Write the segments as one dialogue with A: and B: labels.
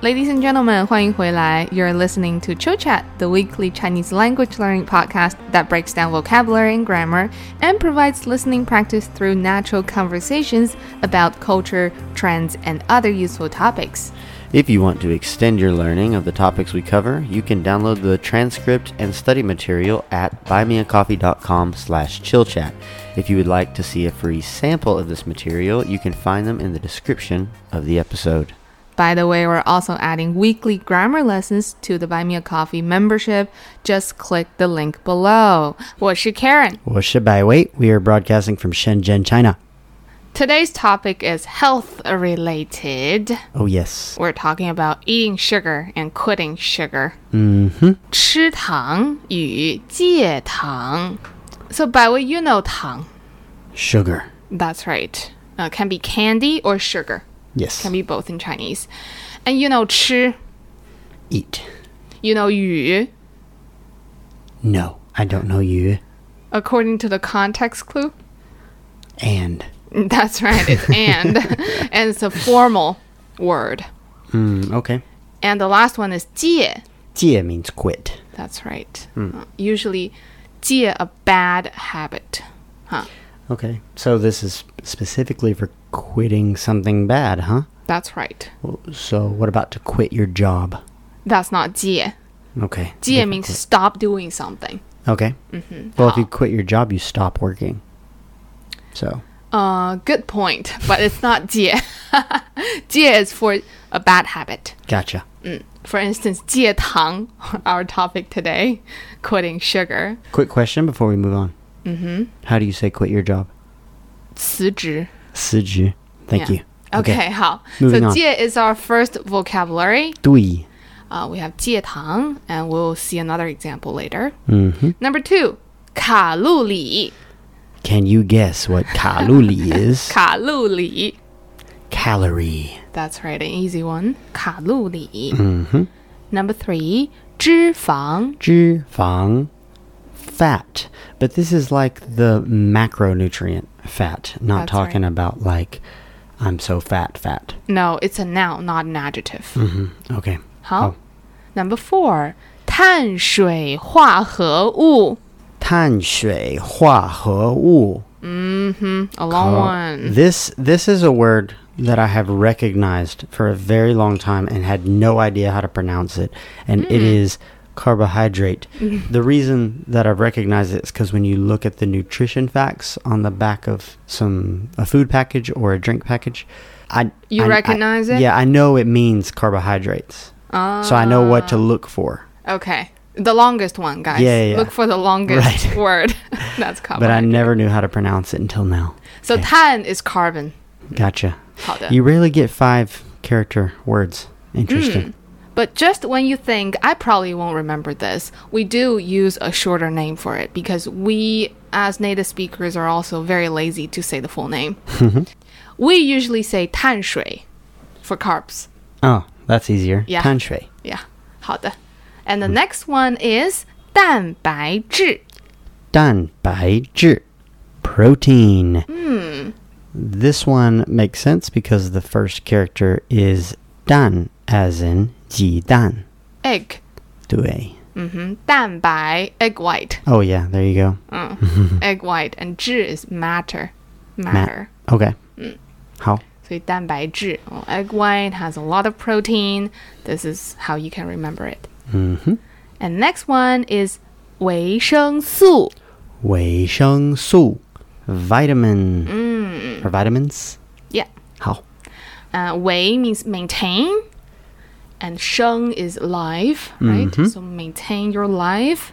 A: Ladies and gentlemen, 欢迎回来。You're listening to Chill Chat, the weekly Chinese language learning podcast that breaks down vocabulary and grammar and provides listening practice through natural conversations about culture, trends, and other useful topics.
B: If you want to extend your learning of the topics we cover, you can download the transcript and study material at buymeacoffee.com slash chillchat. If you would like to see a free sample of this material, you can find them in the description of the episode.
A: By the way, we're also adding weekly grammar lessons to the Buy Me a Coffee membership. Just click the link below. 我是 Karen.
B: 我是百威. We are broadcasting from Shenzhen, China.
A: Today's topic is health related.
B: Oh, yes.
A: We're talking about eating sugar and quitting sugar.
B: Mm-hmm.
A: 吃糖与戒糖. So, by way, you know 糖.
B: Sugar.
A: That's right. Uh, can be candy or sugar.
B: Yes.
A: Can be both in Chinese. And you know 吃,
B: Eat.
A: you know 语.
B: No, I don't know you.
A: According to the context clue,
B: And.
A: That's right. It's and, and it's a formal word.
B: Mm, okay.
A: And the last one is 戒.
B: 戒 means quit.
A: That's right. Uh, Usually, 戒 a bad habit. Huh.
B: Okay. So this is specifically for quitting something bad, huh?
A: That's right.
B: So what about to quit your job?
A: That's not 戒.
B: Okay.
A: 戒 means stop doing something.
B: Okay.
A: Mm-hmm.
B: Well, if
A: Oh.
B: you quit your job, you stop working. So
A: Uh, good point, but it's not 戒.戒 is for a bad habit.
B: gotcha.
A: For instance, 戒糖, our topic today, quitting sugar.
B: Quick question before we move on. Mm-hmm. How do you say quit your job?
A: 辞职.
B: 辞职. Thank
A: Yeah.
B: you.
A: Okay, 好.
B: Moving
A: so
B: on.
A: 戒 is our first vocabulary.
B: 对.
A: Uh, we have 戒糖, and we'll see another example later.
B: Mm-hmm.
A: Number two, 卡路里.
B: Can you guess what kaluli is?
A: 卡路里.
B: Calorie.
A: That's right, an easy one. 卡路里.
B: Mm-hmm.
A: Number three, 脂肪.
B: 脂肪. Fat. But this is like the macronutrient fat, not
A: That's
B: talking
A: right.
B: about like I'm so fat, fat. Mm-hmm.
A: No, it's a noun, not an adjective.
B: Mm. Okay.
A: 好. Number four, 碳水化合物.
B: 碳水化合物.
A: A long
B: Uh,
A: one.
B: This this is a word that I have recognized for a very long time and had no idea how to pronounce it, and it
A: Mm.
B: is carbohydrate. the reason that I've recognized it is because when you look at the nutrition facts on the back of some a food package or a drink package, I
A: You
B: I- I-
A: recognize it?
B: Yeah, I know it means carbohydrates, so I know what to
A: Ah.
B: look for.
A: Okay. The longest one, guys.
B: Yeah, yeah, yeah.
A: Look for the longest
B: Right.
A: word. That's carbon.
B: But I never knew how to pronounce it until now.
A: so tan is carbon.
B: Gotcha.
A: 好的。
B: You rarely get five character words. Interesting.
A: But just when you think I probably won't remember this, we do use a shorter name for it because we as native speakers are also very lazy to say the full name. we usually say 碳水 for carbs.
B: Oh, that's easier.
A: Yeah.
B: Tanshui.
A: Yeah. 好的. And the next one is 蛋白质.
B: Dan bai zhi. Protein. This one makes sense because the first character is dan, as in ji dan.
A: Egg.
B: Dui.
A: 蛋白 egg white.
B: Oh, yeah, there you go.
A: egg white and 质 is matter. Matter.
B: Matt. Okay. How?
A: 所以蛋白质 well, egg white has a lot of protein. This is how you can remember it. And next one is 维生素.
B: Wei sheng su. Vitamin. Or vitamins?
A: Yeah.
B: How?
A: Uh, 维 means maintain. And 生 is life, right? So maintain your life.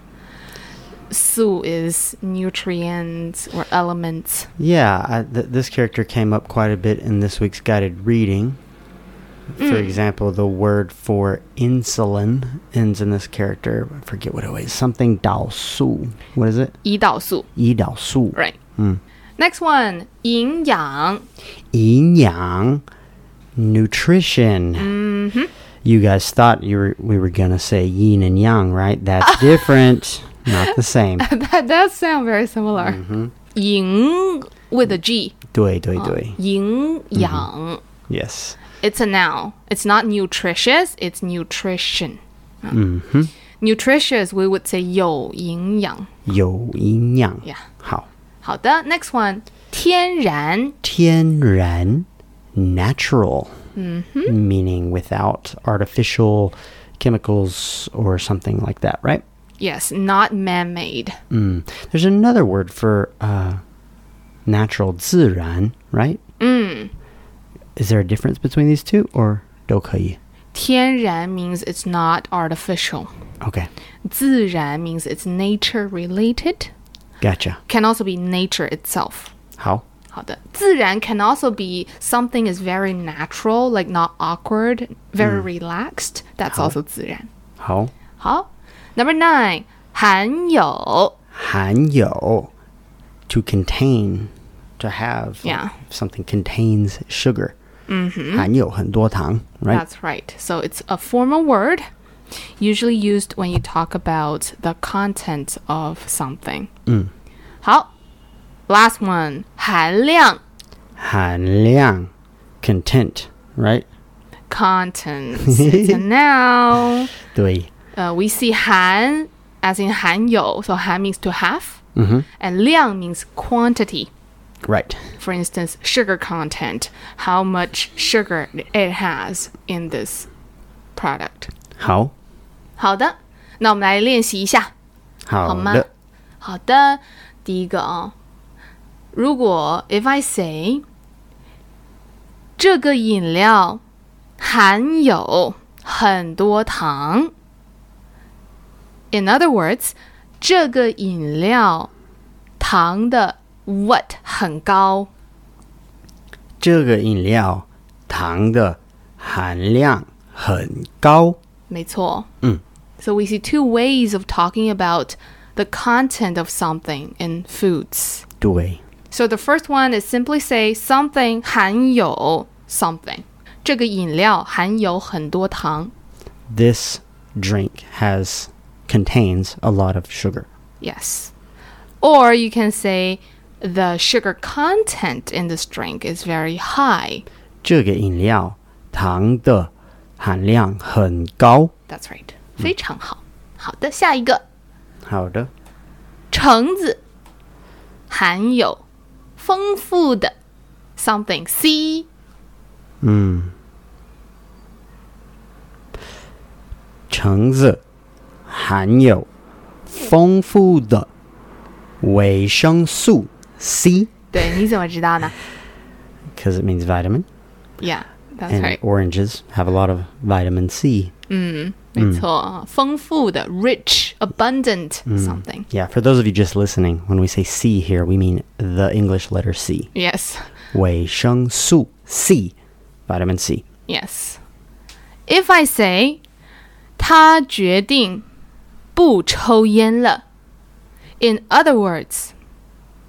A: 素 is nutrients or elements.
B: Yeah, I, th- this character came up quite a bit in this week's guided reading.
A: Mm.
B: For example, the word for insulin ends in this character. I forget what it was. Something dao su. What is it?
A: 胰岛素,
B: Yi dao su.
A: right? Next one, 营养.
B: Yin yang. Nutrition.
A: Mm-hmm.
B: You guys thought you were, we were going to say yin and yang, right? That's different. Not the same.
A: that does sound very similar. Ying with a G.
B: 对对
A: Oh.
B: 对.
A: Ying yang.
B: Yes.
A: It's a noun. It's not nutritious. It's nutrition. Uh. Nutritious, we would say 有营养.
B: 有营养.
A: Yeah.
B: 好.
A: 好的，next one. 天然.
B: 天然 natural meaning without artificial chemicals or something like that right
A: Yes, not man-made.
B: mm. there's another word for uh, natural 自然 right is there a difference between these two or 都可以
A: 天然 means it's not artificial.
B: okay
A: 自然 means it's nature related.
B: gotcha
A: Can also be nature itself.
B: 好
A: 好的，自然 can also be something is very natural, like not awkward, very relaxed. That's also 自然.
B: 好
A: Number nine, 含有.
B: 含有 to contain to have like,
A: Yeah.
B: something contains sugar 含有很多糖 right
A: That's right. So it's a formal word, usually used when you talk about the content of something. 好 last one, 含量
B: 含量 content right
A: content. it's a noun.
B: 对
A: Uh, we see 含 as in 含有, so 含 means to have, and 量 means quantity.
B: right
A: For instance, sugar content, how much sugar it has in this product.
B: 好
A: 好的，那我们来练习一下。
B: 好
A: 好吗？
B: 的
A: 好的，第一个啊、哦，如果 if I say 这个饮料含有很多糖，in other words 这个饮料糖的 what 很高，
B: 这个饮料糖的含量很高
A: 没错。
B: 嗯。
A: So we see two ways of talking about the content of something in foods.
B: 对
A: So the first one is simply say something 含有 something. 这个饮料含有很多糖.
B: this drink has contains a lot of sugar
A: Yes. Or you can say the sugar content in this drink is very high.
B: 这个饮料糖的含量很高
A: That's right. 非常好。好的，下一个。
B: 好的
A: 橙子含有丰富的 something C
B: 橙子含有丰富的维生素 C
A: 对，你怎么知道呢
B: because it means vitamin
A: ？Yeah, that's
B: and
A: right.
B: oranges have a lot of vitamin C.
A: 没错，丰富的 rich abundant something。
B: Yeah, for those of you just listening, when we say C here, we mean the English letter C.
A: Yes,
B: 维生素 C, vitamin C.
A: yes. If I say 他决定不抽烟了，in other words，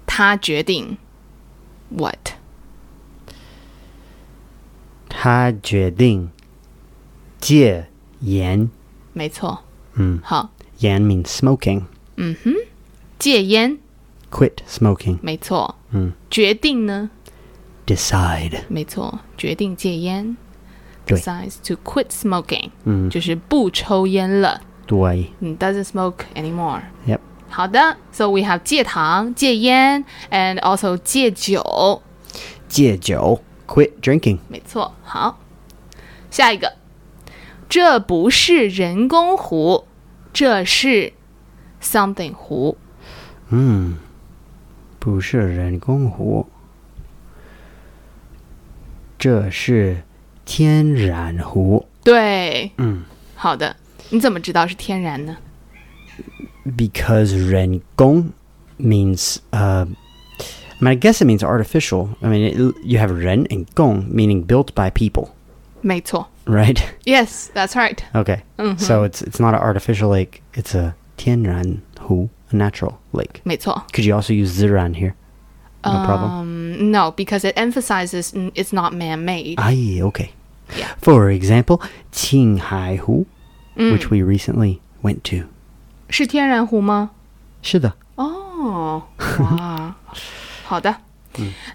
A: 他决定 what？
B: 他决定戒烟.
A: 没错，嗯，好，
B: 烟 means smoking.
A: 戒烟，
B: Quit smoking.
A: 没错，嗯，决定呢？
B: Decide.
A: 没错，决定戒烟。
B: 对
A: Decides to quit smoking，嗯，就是不抽烟了，
B: 对.
A: 嗯，doesn't smoke anymore。
B: Yep.
A: 好的，so we have 戒糖、戒烟，and also
B: 戒酒. Quit
A: 戒
B: drinking.
A: 酒。没错，好，下一个，这不是人工湖，这是 something
B: 不是人工湖，这是天然湖。
A: 湖。对，
B: 嗯。
A: 好的，你怎么知道是天然呢？
B: because Rengong means, uh, I mean, I guess it means artificial. I mean, it, you have Ren and Gong meaning built by people,
A: 没错。Yes,
B: right?
A: that's right.
B: Okay,
A: Mm-hmm.
B: so it's it's not an artificial lake; it's a Tianran Hu, a natural lake.
A: 没错。
B: Could you also use Ziran here? No problem.
A: Um, no, because it emphasizes mm, it's not man-made.
B: Aye, okay.
A: Yeah.
B: For example,
A: Mm.
B: Qinghai Hu, which we recently went to.
A: 是天然湖吗？
B: 是的，
A: 哦，哇，好的。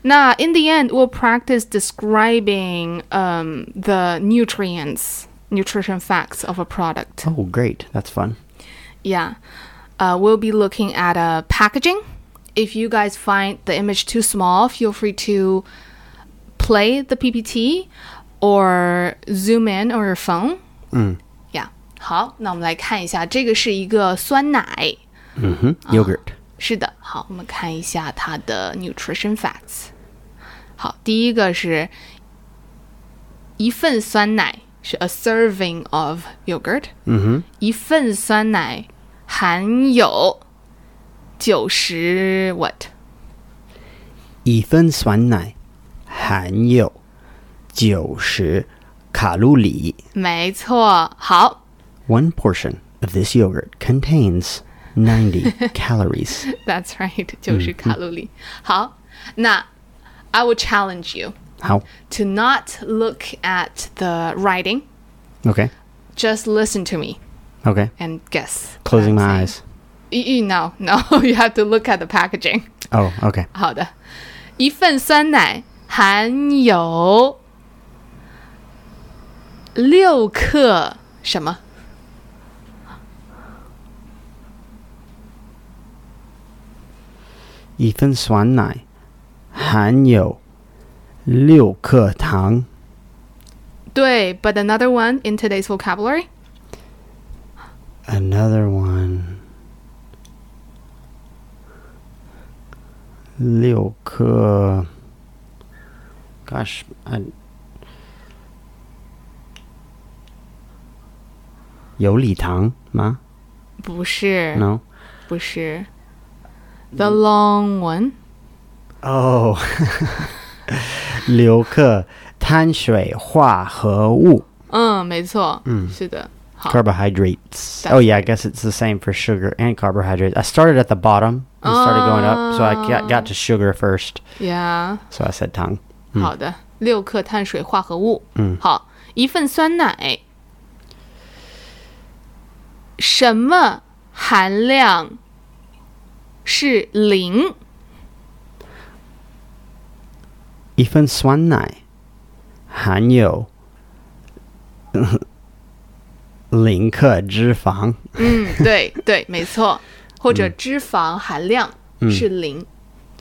A: 那 in the end, we'll practice describing um, the nutrients, nutrition facts of a product.
B: Oh, great. That's fun.
A: Yeah. Uh, we'll be looking at uh, packaging. If you guys find the image too small, feel free to play the PPT or zoom in on your phone.
B: 嗯
A: Yeah. 好，那我们来看一下，这个是一个酸奶。
B: 嗯哼，yogurt Mm-hmm.
A: Uh-huh. 是的，好，我们看一下它的 nutrition facts。好，第一个是一份酸奶是 a serving of yogurt，
B: 嗯
A: 一份酸奶含有九十 what？
B: 哼，一份酸奶含有九十卡路里。
A: 没错，好
B: One portion of this yogurt contains ninety calories.
A: ，that's right，九十卡路里。好，那 I will challenge you
B: 好
A: to not look at the writing,
B: ，OK
A: just listen to me
B: OK.
A: and guess.
B: Closing
A: That's
B: my
A: it.
B: eyes.
A: You, no, no, you have to look at the packaging.
B: Oh, okay.
A: 好的，一份酸奶含有六克什么？
B: 一份酸奶含有六克糖。
A: 对，but another one in today's vocabulary.
B: Another one. 六克. Gosh, I. 有礼堂吗？
A: 不是
B: No.
A: 不是，the long one.
B: Oh. 六克碳水化合物
A: 嗯，没错，嗯，是的，好
B: carbohydrates.
A: That's
B: Oh yeah, I guess it's the same for sugar and carbohydrates. I started at the bottom and started going up, so I got, got to sugar first.
A: ，Yeah，
B: So I said tongue.
A: 好的，六克碳水化合物。嗯，好，一份酸奶，什么含量是零？
B: 一份酸奶含 有零克脂肪。
A: 嗯，对对，没错，或者脂肪含量是零，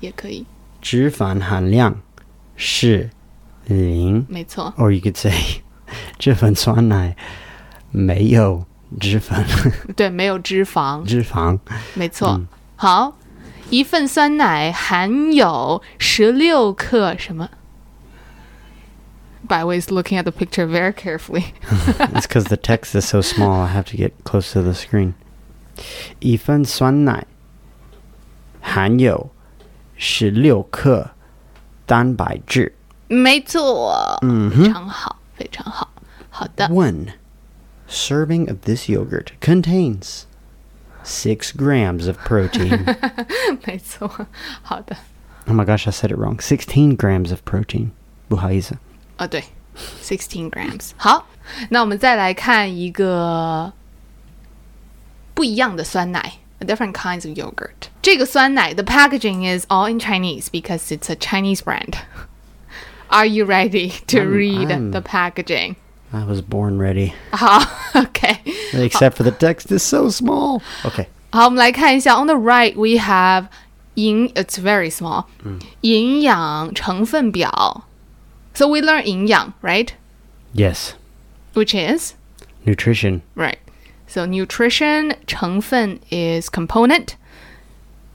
A: 也可以，
B: 脂肪含量是零
A: 没错，
B: ，or you could say 这份酸奶没有脂 肪，
A: 对，没有脂肪，
B: 脂肪
A: 没错。好，一份酸奶含有十六克什么？By ways looking at the picture very carefully.
B: It's because the text is so small. I have to get close to the screen. 一份酸奶含有十六克蛋白质。
A: 没错，嗯，非常好，非常好。好 的，
B: One serving of this yogurt contains six grams of protein.
A: 没错，好的。
B: oh my gosh, I said it wrong. 16 grams of protein. 不好意思。
A: 啊，对，sixteen grams。好， 那我们再来看一个不一样的酸奶，a different kinds of yogurt。这个酸奶 the packaging is all in Chinese because it's a Chinese brand. Are you ready to
B: I'm-
A: read
B: I'm-
A: the packaging?
B: I was born ready.
A: 好，OK。
B: Except for the text is so small. Okay.
A: 好，我们来看一下。On the right, we have 营，it's very small，、营
B: 嗯
A: 养成分表。So we learn 营养，right?
B: Yes.
A: Which is
B: Nutrition.
A: right. So nutrition 成分 is component,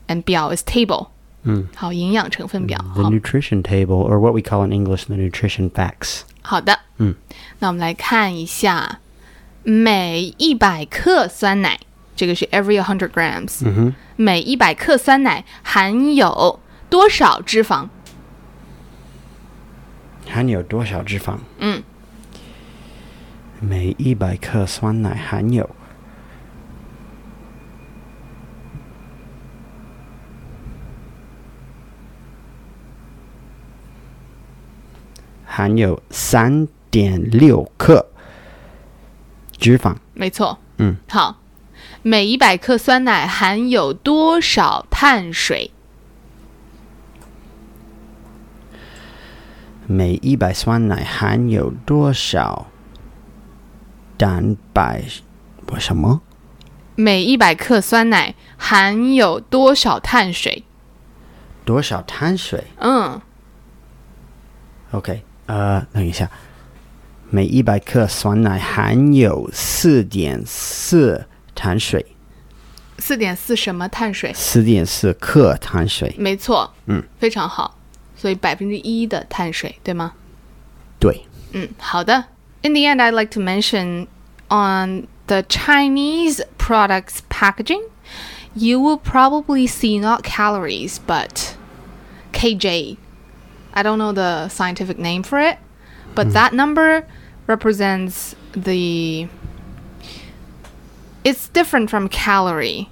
A: and 表 is table.
B: 嗯，
A: 好，营养成分表。
B: The
A: 好
B: nutrition table, or what we call in English the nutrition facts.
A: 好的，
B: 嗯，
A: 那我们来看一下，每一百克酸奶，这个是 every hundred grams，、
B: 嗯哼
A: 每一百克酸奶含有多少脂肪？
B: 含有多少脂肪？
A: 嗯。
B: 每一百克酸奶含有含有3.6克脂肪。
A: 没错，
B: 嗯，
A: 好，每一百克酸奶含有多少碳水？
B: 每一百酸奶含有多少蛋白？我什么？
A: 每一百克酸奶含有多少碳水？
B: 多少碳水
A: 嗯，
B: ？OK，呃，等一下，每一百克酸奶含有四点四碳水，
A: 四点四什么碳水？
B: 四点四克碳水。
A: 没错，
B: 嗯，
A: 非常好。所以百分之一的碳水，对吗？
B: 对，
A: 嗯，Mm, 好的。In the end, I'd like to mention on the Chinese products packaging, you will probably see not calories but KJ. I don't know the scientific name for it, but that number represents the. It's different from calorie.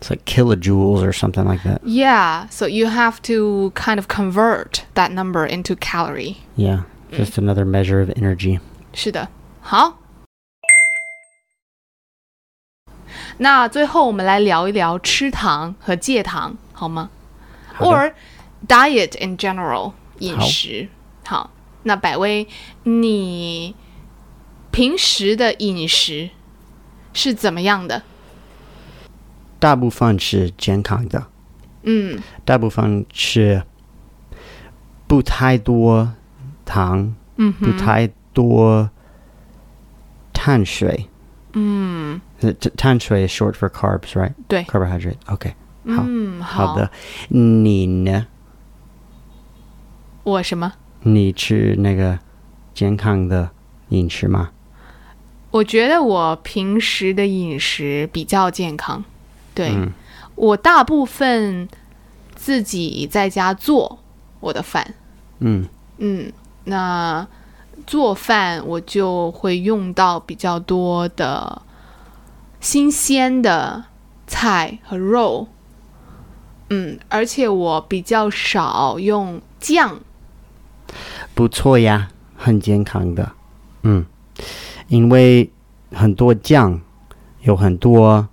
B: it's like kilojoules or something like that.
A: Yeah, so you have to kind of convert that number into calorie.
B: Yeah, just another measure of energy.
A: 是的，好。那最后我们来聊一聊吃糖和戒糖，好吗
B: 的
A: ？Or diet in general 饮食。好，那百威，你平时的饮食是怎么样的？
B: 大部分是健康的，
A: 嗯
B: 大部分是不太多糖，
A: 嗯
B: 不太多碳水。
A: 嗯，
B: Uh, t- 碳水 is short for carbs, right?
A: 对，
B: Carbohydrate. Okay. 好
A: 嗯，好
B: 好的，你呢？
A: 我什么？
B: 你吃那个健康的饮食吗？
A: 我觉得我平时的饮食比较健康，对、
B: 嗯
A: 我大部分自己在家做我的饭，
B: 嗯，
A: 嗯，那做饭我就会用到比较多的新鲜的菜和肉，嗯，而且我比较少用酱，
B: 不错呀，很健康的。嗯，因为很多酱有很多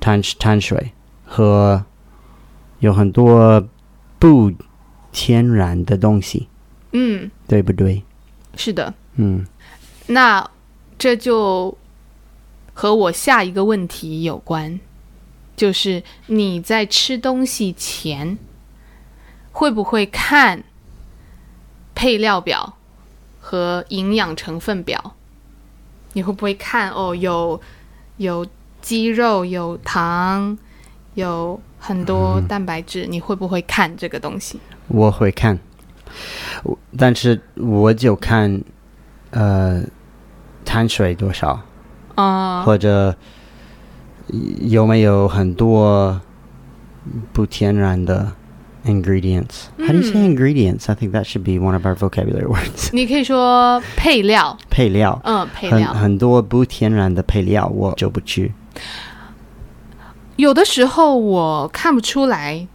B: 碳碳水和有很多不天然的东西，
A: 嗯，
B: 对不对？
A: 是的，
B: 嗯，
A: 那这就和我下一个问题有关，就是你在吃东西前会不会看配料表和营养成分表？你会不会看哦？有有鸡肉，有糖，有很多蛋白质，你会不会看这个东西？
B: 我会看，我但是我就看呃碳水多少，
A: 啊、
B: 或者有没有很多不天然的 ingredients?
A: 嗯
B: How do you say ingredients? I think that should be one of our vocabulary words.
A: 你可以说配料，
B: 配料，
A: 嗯，配
B: 很
A: 料。
B: 很多不天然的配料我就不吃。
A: 有的时候我看不出来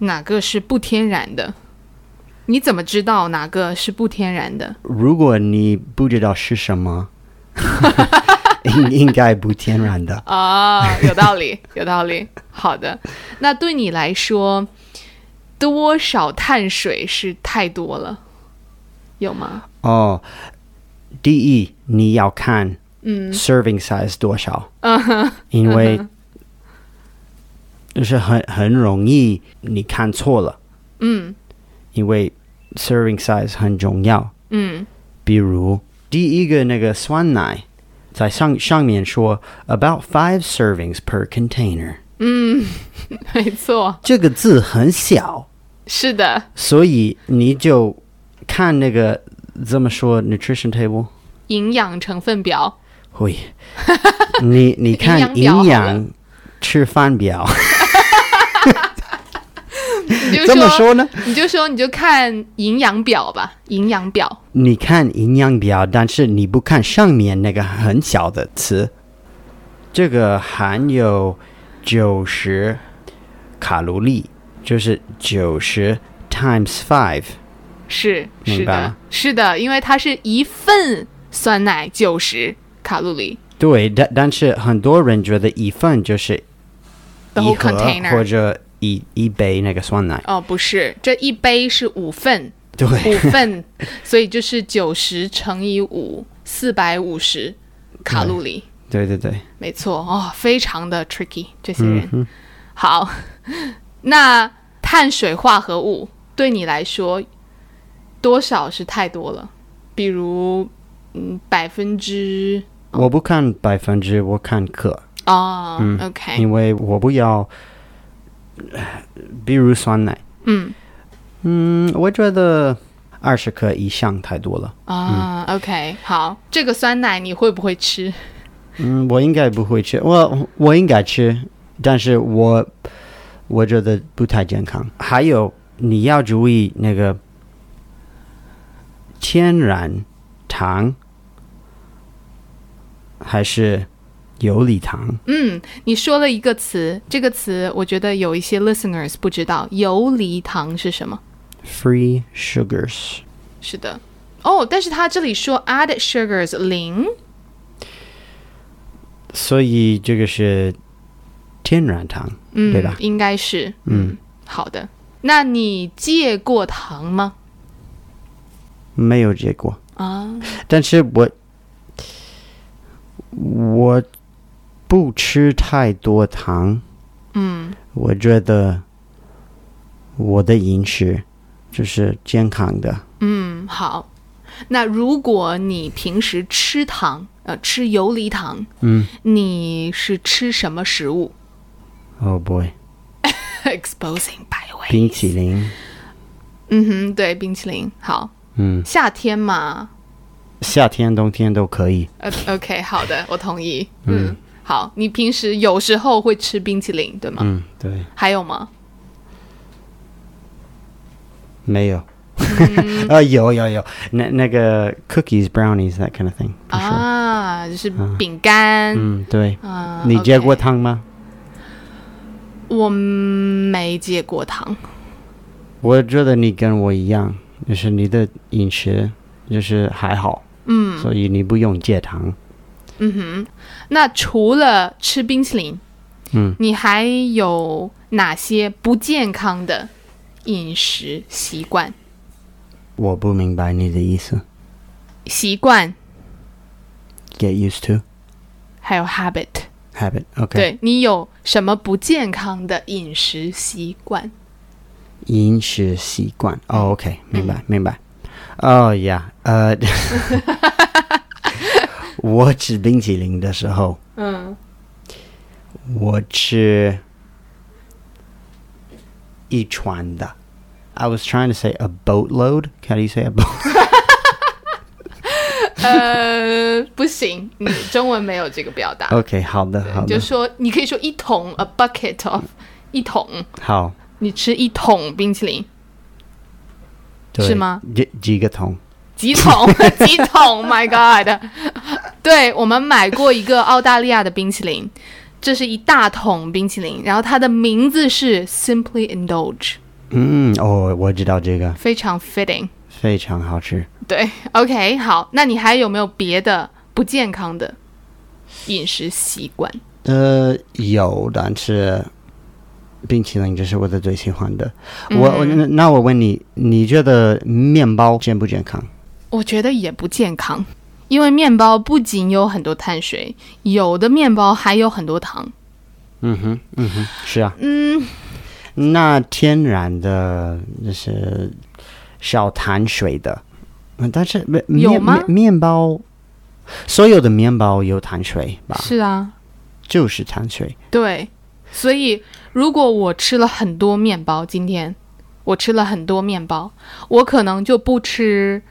A: 哪个是不天然的，你怎么知道哪个是不天然的？
B: 如果你不知道是什么， 应应该不天然的。
A: 啊、有道理，有道理。好的，那对你来说，多少碳水是太多了？有吗？
B: 哦，第一你要看
A: 嗯
B: serving size 多少，
A: 嗯哼
B: 因为就是很很容易你看错了。
A: 嗯
B: 因为 serving size 很重要。
A: 嗯
B: 比如第一个那个酸奶，在上上面说 about five servings per container，
A: 嗯，没错，
B: 这个字很小，
A: 是的，
B: 所以你就看那个怎么说 nutrition table，
A: 营养成分表。
B: 会， 你你看
A: 营养表好了
B: 营养吃饭表，
A: 你就
B: 怎么说呢？
A: 你就说，你就看营养表吧，营养表。
B: 你看营养表，但是你不看上面那个很小的词，这个含有九十卡路里，就是九十 times five。
A: 是是
B: 明白
A: 的
B: 了，
A: 是的，因为它是一份酸奶九十卡路里，
B: 对，但但是很多人觉得一份就是一
A: The whole
B: 盒
A: container
B: 或者一一杯那个酸奶。
A: 哦，不是，这一杯是五份，
B: 对，
A: 五份， 所以就是九十乘以五，四百五十卡路里。
B: 对对对，嗯
A: 没错哦，非常的 tricky 这些人。好， 那碳水化合物对你来说多少是太多了？比如，嗯，百分之
B: 我不看百分之，我看克，
A: 哦、o
B: 嗯
A: k
B: 因为我不要，比如酸奶，
A: 嗯
B: 嗯，我觉得二十克以上太多了。
A: 啊、o k 好，这个酸奶你会不会吃？
B: 嗯，我应该不会吃，我我应该吃，但是我我觉得不太健康。还有你要注意那个天然糖还是游离糖？
A: 嗯，你说了一个词，这个词我觉得有一些 listeners 不知道，游离糖是什么？
B: Free sugars，
A: 是的，哦，但是他这里说 added sugars 零，
B: 所以这个是天然糖，
A: 嗯，
B: 对吧？
A: 应该是，
B: 嗯，
A: 好的。那你戒过糖吗？
B: 没有结果。
A: 啊，
B: 但是我我不吃太多糖，
A: 嗯，
B: 我觉得我的饮食就是健康的。
A: 嗯，好。那如果你平时吃糖，呃，吃游离糖，
B: 嗯，
A: 你是吃什么食物
B: 哦、boy，
A: ？Exposing by the way，
B: 冰淇淋，
A: 嗯哼，对，冰淇淋。好，
B: 嗯，
A: 夏天嘛，
B: 夏天、冬天都可以。
A: 呃，OK，好的，我同意。嗯，好，你平时有时候会吃冰淇淋，对吗？
B: 嗯，对，
A: 还有吗？
B: 没有。
A: 嗯
B: 呃，有有有，那那个 cookies brownies that kind of thing，for sure、
A: 啊，就是饼干。
B: 嗯，对，
A: 啊，
B: 你戒
A: OK
B: 过糖吗？
A: 我没戒过糖。
B: 我觉得你跟我一样，就是你的饮食就是还好，嗯，所以你不用戒糖。
A: 那除了吃冰淇淋，
B: 嗯，
A: 你还有哪些不健康的饮食习惯？
B: 我不明白你的意思。
A: 习惯
B: Get used to
A: 还有 habit，
B: habit. OK.
A: 对你有什么不健康的饮食习惯？
B: 饮食习惯。哦、o k 明白明白。哦、呀，呃， 我吃冰淇淋的时候，
A: 嗯
B: 我吃一船的。I was trying to say a boatload. How do you say a boat?
A: 呃，不行，你中文没有这个表达，
B: OK，好 的好
A: 你就
B: 的
A: 说你可以说一桶 a bucket of 一桶，
B: 好。
A: 你吃一桶冰淇淋，
B: 对
A: 是吗？
B: 几几个桶？
A: 几 桶几桶，My God！对我们买过一个澳大利亚的冰淇淋，这是一大桶冰淇淋，然后它的名字是 Simply Indulge，
B: 嗯，哦，我知道这个
A: 非常 fitting。
B: 非常好吃。
A: 对，OK，好，那你还有没有别的不健康的饮食习惯？
B: 呃，有，但是冰淇淋这是我的最喜欢的。
A: 嗯
B: 我我那那我问你，你觉得面包健不健康？
A: 我觉得也不健康，因为面包不仅有很多碳水，有的面包还有很多糖。
B: 嗯哼，嗯哼，是啊。
A: 嗯，
B: 那天然的就是少碳水的，嗯但是面
A: 有
B: 面
A: 吗
B: 面面包，所有的面包有碳水吧？
A: 是啊，
B: 就是碳水。
A: 对，所以如果我吃了很多面包，今天我吃了很多面包，我可能就不吃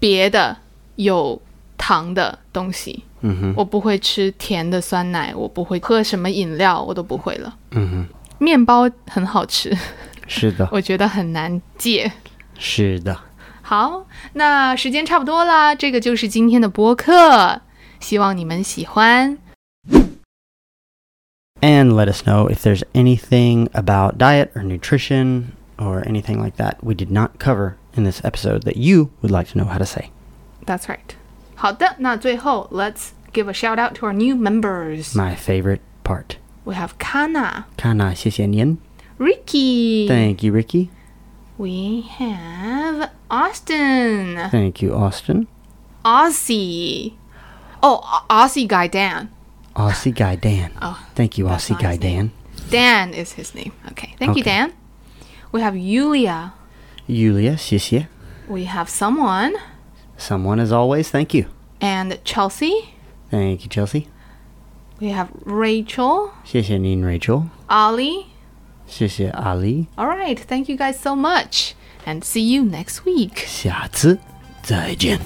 A: 别的有糖的东西，
B: 嗯哼，
A: 我不会吃甜的酸奶，我不会喝什么饮料，我都不会了。
B: 嗯哼，
A: 面包很好吃，
B: 是的，
A: 我觉得很难戒。
B: 是的。
A: 好，那时间差不多啦，这个就是今天的播客，希望你们喜欢。
B: And let us know if there's anything about diet or nutrition or anything like that we did not cover in this episode that you would like to know how to say.
A: That's right. 好的，那最后 Let's give a shout out to our new members.
B: My favorite part.
A: We have Kana,
B: Kana, 谢谢
A: Mm-hmm.
B: 您.
A: Ricky.
B: Thank you, Ricky.
A: We have Austin,
B: Thank you, Austin.
A: Aussie. Oh, Au- Aussie guy Dan.
B: Aussie Guy Dan.
A: Oh,
B: Thank you,
A: that's
B: Aussie
A: not
B: Guy
A: his name.
B: Dan.
A: Dan is his name. Okay, thank you,
B: Okay.
A: Dan. We have Yulia.
B: Yulia, 谢谢.
A: We have someone
B: Someone, as always, thank you.
A: and Chelsea.
B: Thank you, Chelsea.
A: We have Rachel,
B: 谢谢 Nin Rachel.
A: Ollie.
B: 谢谢 Ali.
A: All right, thank you guys so much, and see you next week.
B: 下次再见。